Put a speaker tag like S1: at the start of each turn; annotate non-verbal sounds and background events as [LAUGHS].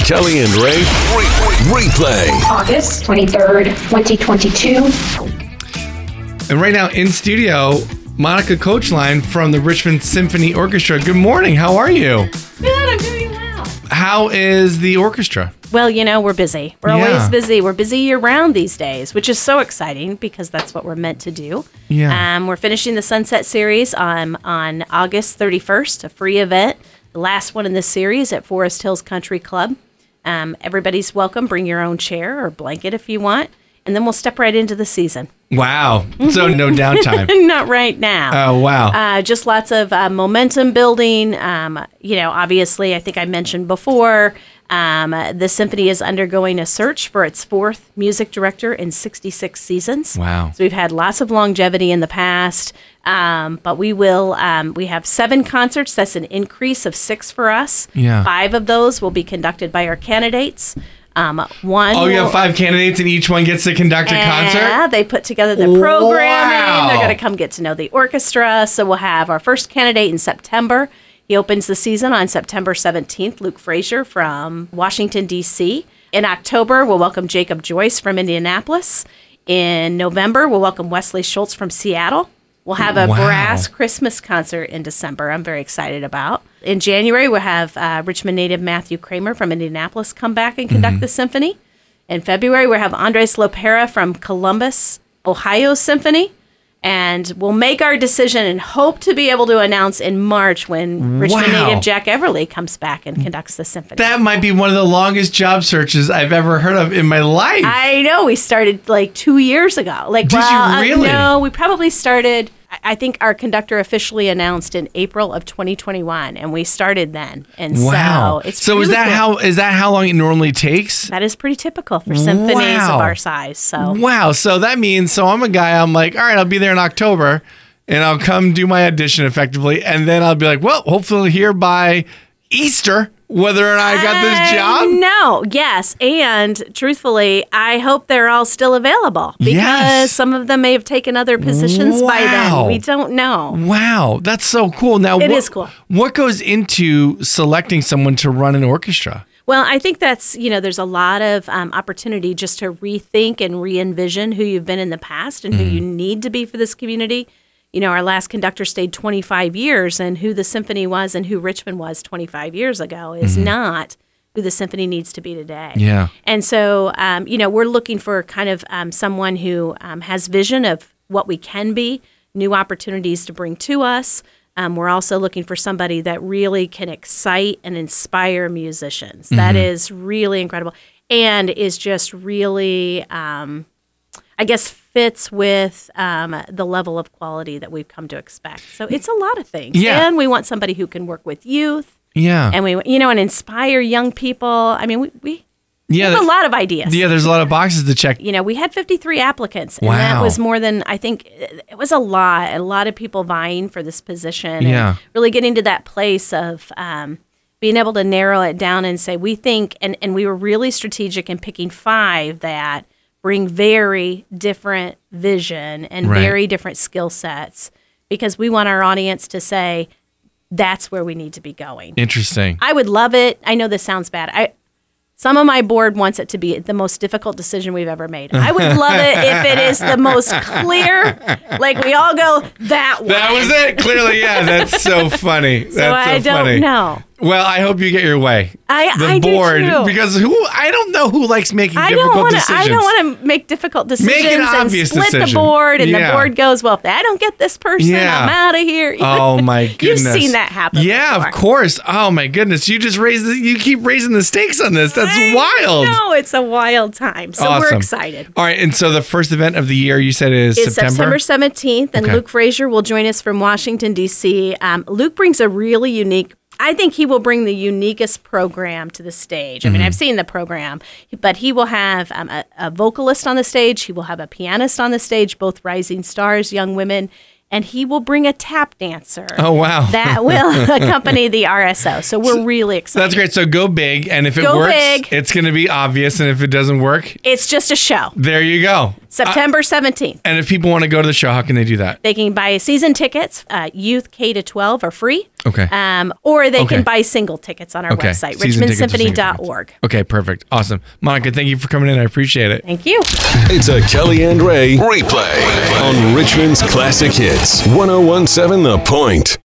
S1: Kelly and Ray replay.
S2: August 23rd, 2022.
S3: And right now in studio, Monica Coachline from the Richmond Symphony Orchestra. Good morning. How are you?
S4: Good, I'm doing well.
S3: How is the orchestra?
S4: Well, you know, we're busy. We're
S3: Yeah.
S4: always busy. We're busy year round these days, which is so exciting because that's what we're meant to do.
S3: Yeah.
S4: Um, we're finishing the Sunset Series um, on August 31st, a free event, the last one in this series at Forest Hills Country Club. Um, everybody's welcome. Bring your own chair or blanket if you want. And then we'll step right into the season. [LAUGHS]
S3: Wow. So no downtime.
S4: Not right now.
S3: Oh wow.
S4: uh, just lots of uh, momentum building. Um, you know, obviously, I think I mentioned before, um, uh, the symphony is undergoing a search for its fourth music director in 66 seasons.
S3: Wow.
S4: So we've had lots of longevity in the past, um, but we will. Um, we have seven concerts. That's an increase of six for us.
S3: Yeah.
S4: Five of those will be conducted by our candidates. Um, one.
S3: Oh, you
S4: will-
S3: have five candidates and each one gets to conduct a
S4: yeah,
S3: concert?
S4: they put together the programming.
S3: Wow.
S4: They're going to come get to know the orchestra. So we'll have our first candidate in September. He opens the season on September 17th, Luke Frazier from Washington, D.C. In October, we'll welcome Jacob Joyce from Indianapolis. In November, we'll welcome Wesley Schultz from Seattle. We'll have a
S3: Wow.
S4: brass Christmas concert in December. I'm very excited about. In January, we'll have uh, Richmond native Matthew Kramer from Indianapolis come back and
S3: Mm-hmm.
S4: conduct the symphony. In February, we'll have Andres Lopera from Columbus, Ohio Symphony. And we'll make our decision and hope to be able to announce in March when Richmond
S3: Wow.
S4: native Jack Everly comes back and conducts the symphony.
S3: That might be one of the longest job searches I've ever heard of in my life.
S4: I know we started like two years ago. Like,
S3: Did you
S4: well, uh,
S3: really?
S4: no, we probably started. I- I think our conductor officially announced in April of 2021, and we started then. And
S3: wow.
S4: so it's
S3: so is
S4: really
S3: that
S4: cool.
S3: how is that how long it normally takes?
S4: that is pretty typical for symphonies
S3: Wow.
S4: of our size. So
S3: Wow. So that means, so I'm a guy, I'm like, all right, I'll be there in October and I'll come do my audition effectively. And then I'll be like, well, hopefully here by Easter, whether or not I got this job.
S4: No, yes. And truthfully, I hope they're all still available because
S3: Yes.
S4: some of them may have taken other positions by
S3: Wow.
S4: then. We don't know.
S3: Wow. That's so cool. Now,
S4: It
S3: what,
S4: is cool.
S3: What goes into selecting someone to run an orchestra?
S4: Well, I think that's, you know, there's a lot of um, opportunity just to rethink and re envision who you've been in the past and who you
S3: Mm.
S4: need to be for this community. You know, our last conductor stayed 25 years, and who the symphony was and who Richmond was 25 years ago is not who the symphony needs to be today.
S3: Mm-hmm. Yeah.
S4: And so, um, you know, we're looking for kind of um, someone who um, has vision of what we can be, new opportunities to bring to us. Um, we're also looking for somebody that really can excite and inspire musicians. That is really incredible and is just really, um, I guess, fits with um, the level of quality that we've come to expect. So it's a lot of things.
S3: Yeah.
S4: And we want somebody who can work with youth
S3: Yeah.
S4: and we, you know, and inspire young people. I mean, we, we
S3: yeah.
S4: a
S3: th-
S4: lot of ideas.
S3: Yeah. There's a lot of boxes to check.
S4: You know, we had 53 applicants, and
S3: Wow.
S4: that was more than I think it was a lot. A lot of people vying for this position. and
S3: Yeah.
S4: really getting to that place of um, being able to narrow it down and say, we think, and, and we were really strategic in picking five that bring very different vision and
S3: Right.
S4: very different skill sets because we want our audience to say, that's where we need to be going.
S3: Interesting.
S4: I would love it. I know this sounds bad. I some of my board wants it to be the most difficult decision we've ever made. I would love it if it is
S3: [LAUGHS]
S4: the most clear. Like we all go that way.
S3: That was it. Clearly. Yeah. That's so funny. That's
S4: so
S3: so
S4: I don't
S3: funny.
S4: know.
S3: Well, I hope you get your way.
S4: I-
S3: the
S4: I do
S3: board
S4: too.
S3: because who I don't know who likes making
S4: I
S3: difficult
S4: don't want to.
S3: decisions.
S4: I don't want to make difficult decisions
S3: obvious
S4: and split the
S3: decision.
S4: board, and
S3: Yeah.
S4: the board goes, "Well, if I don't get this person,
S3: Yeah.
S4: I'm out of here." [LAUGHS]
S3: Oh my
S4: You've
S3: goodness!
S4: seen that happen
S3: Yeah,
S4: before.
S3: of course. Oh my goodness! You just raised. The, you keep raising the stakes on this. That's wild.
S4: No, it's a wild time. So
S3: Awesome.
S4: we're excited.
S3: All right, and so the first event of the year you said is
S4: It's September,
S3: September.
S4: 17th, and
S3: Okay.
S4: Luke Frazier will join us from Washington, D.C. Um, Luke brings a really unique, I think he will bring the uniquest program to the stage. I mean,
S3: Mm-hmm.
S4: I've seen the program, but he will have um, a, a vocalist on the stage, he will have a pianist on the stage, both rising stars, young women, and he will bring a tap dancer.
S3: Oh wow, [LAUGHS]
S4: That will accompany the RSO. So we're really excited.
S3: that's great. So go big, and if it
S4: Go
S3: works,
S4: big.
S3: it's going to be obvious. And if it doesn't work,
S4: It's just a show.
S3: there you go. Uh,
S4: September 17th.
S3: And if people want to go to the show, how can they do that?
S4: They can buy season tickets. Uh, youth K to 12 are free.
S3: Okay.
S4: Um, or they
S3: Okay.
S4: can buy single tickets on our
S3: okay.
S4: website,
S3: Season tickets or single tickets.
S4: richmondsymphony.org.
S3: Okay, perfect. Awesome. Monica, thank you for coming in. I appreciate it.
S4: Thank you.
S1: It's a Kelly and Ray replay on Richmond's Classic Hits 1017 The Point.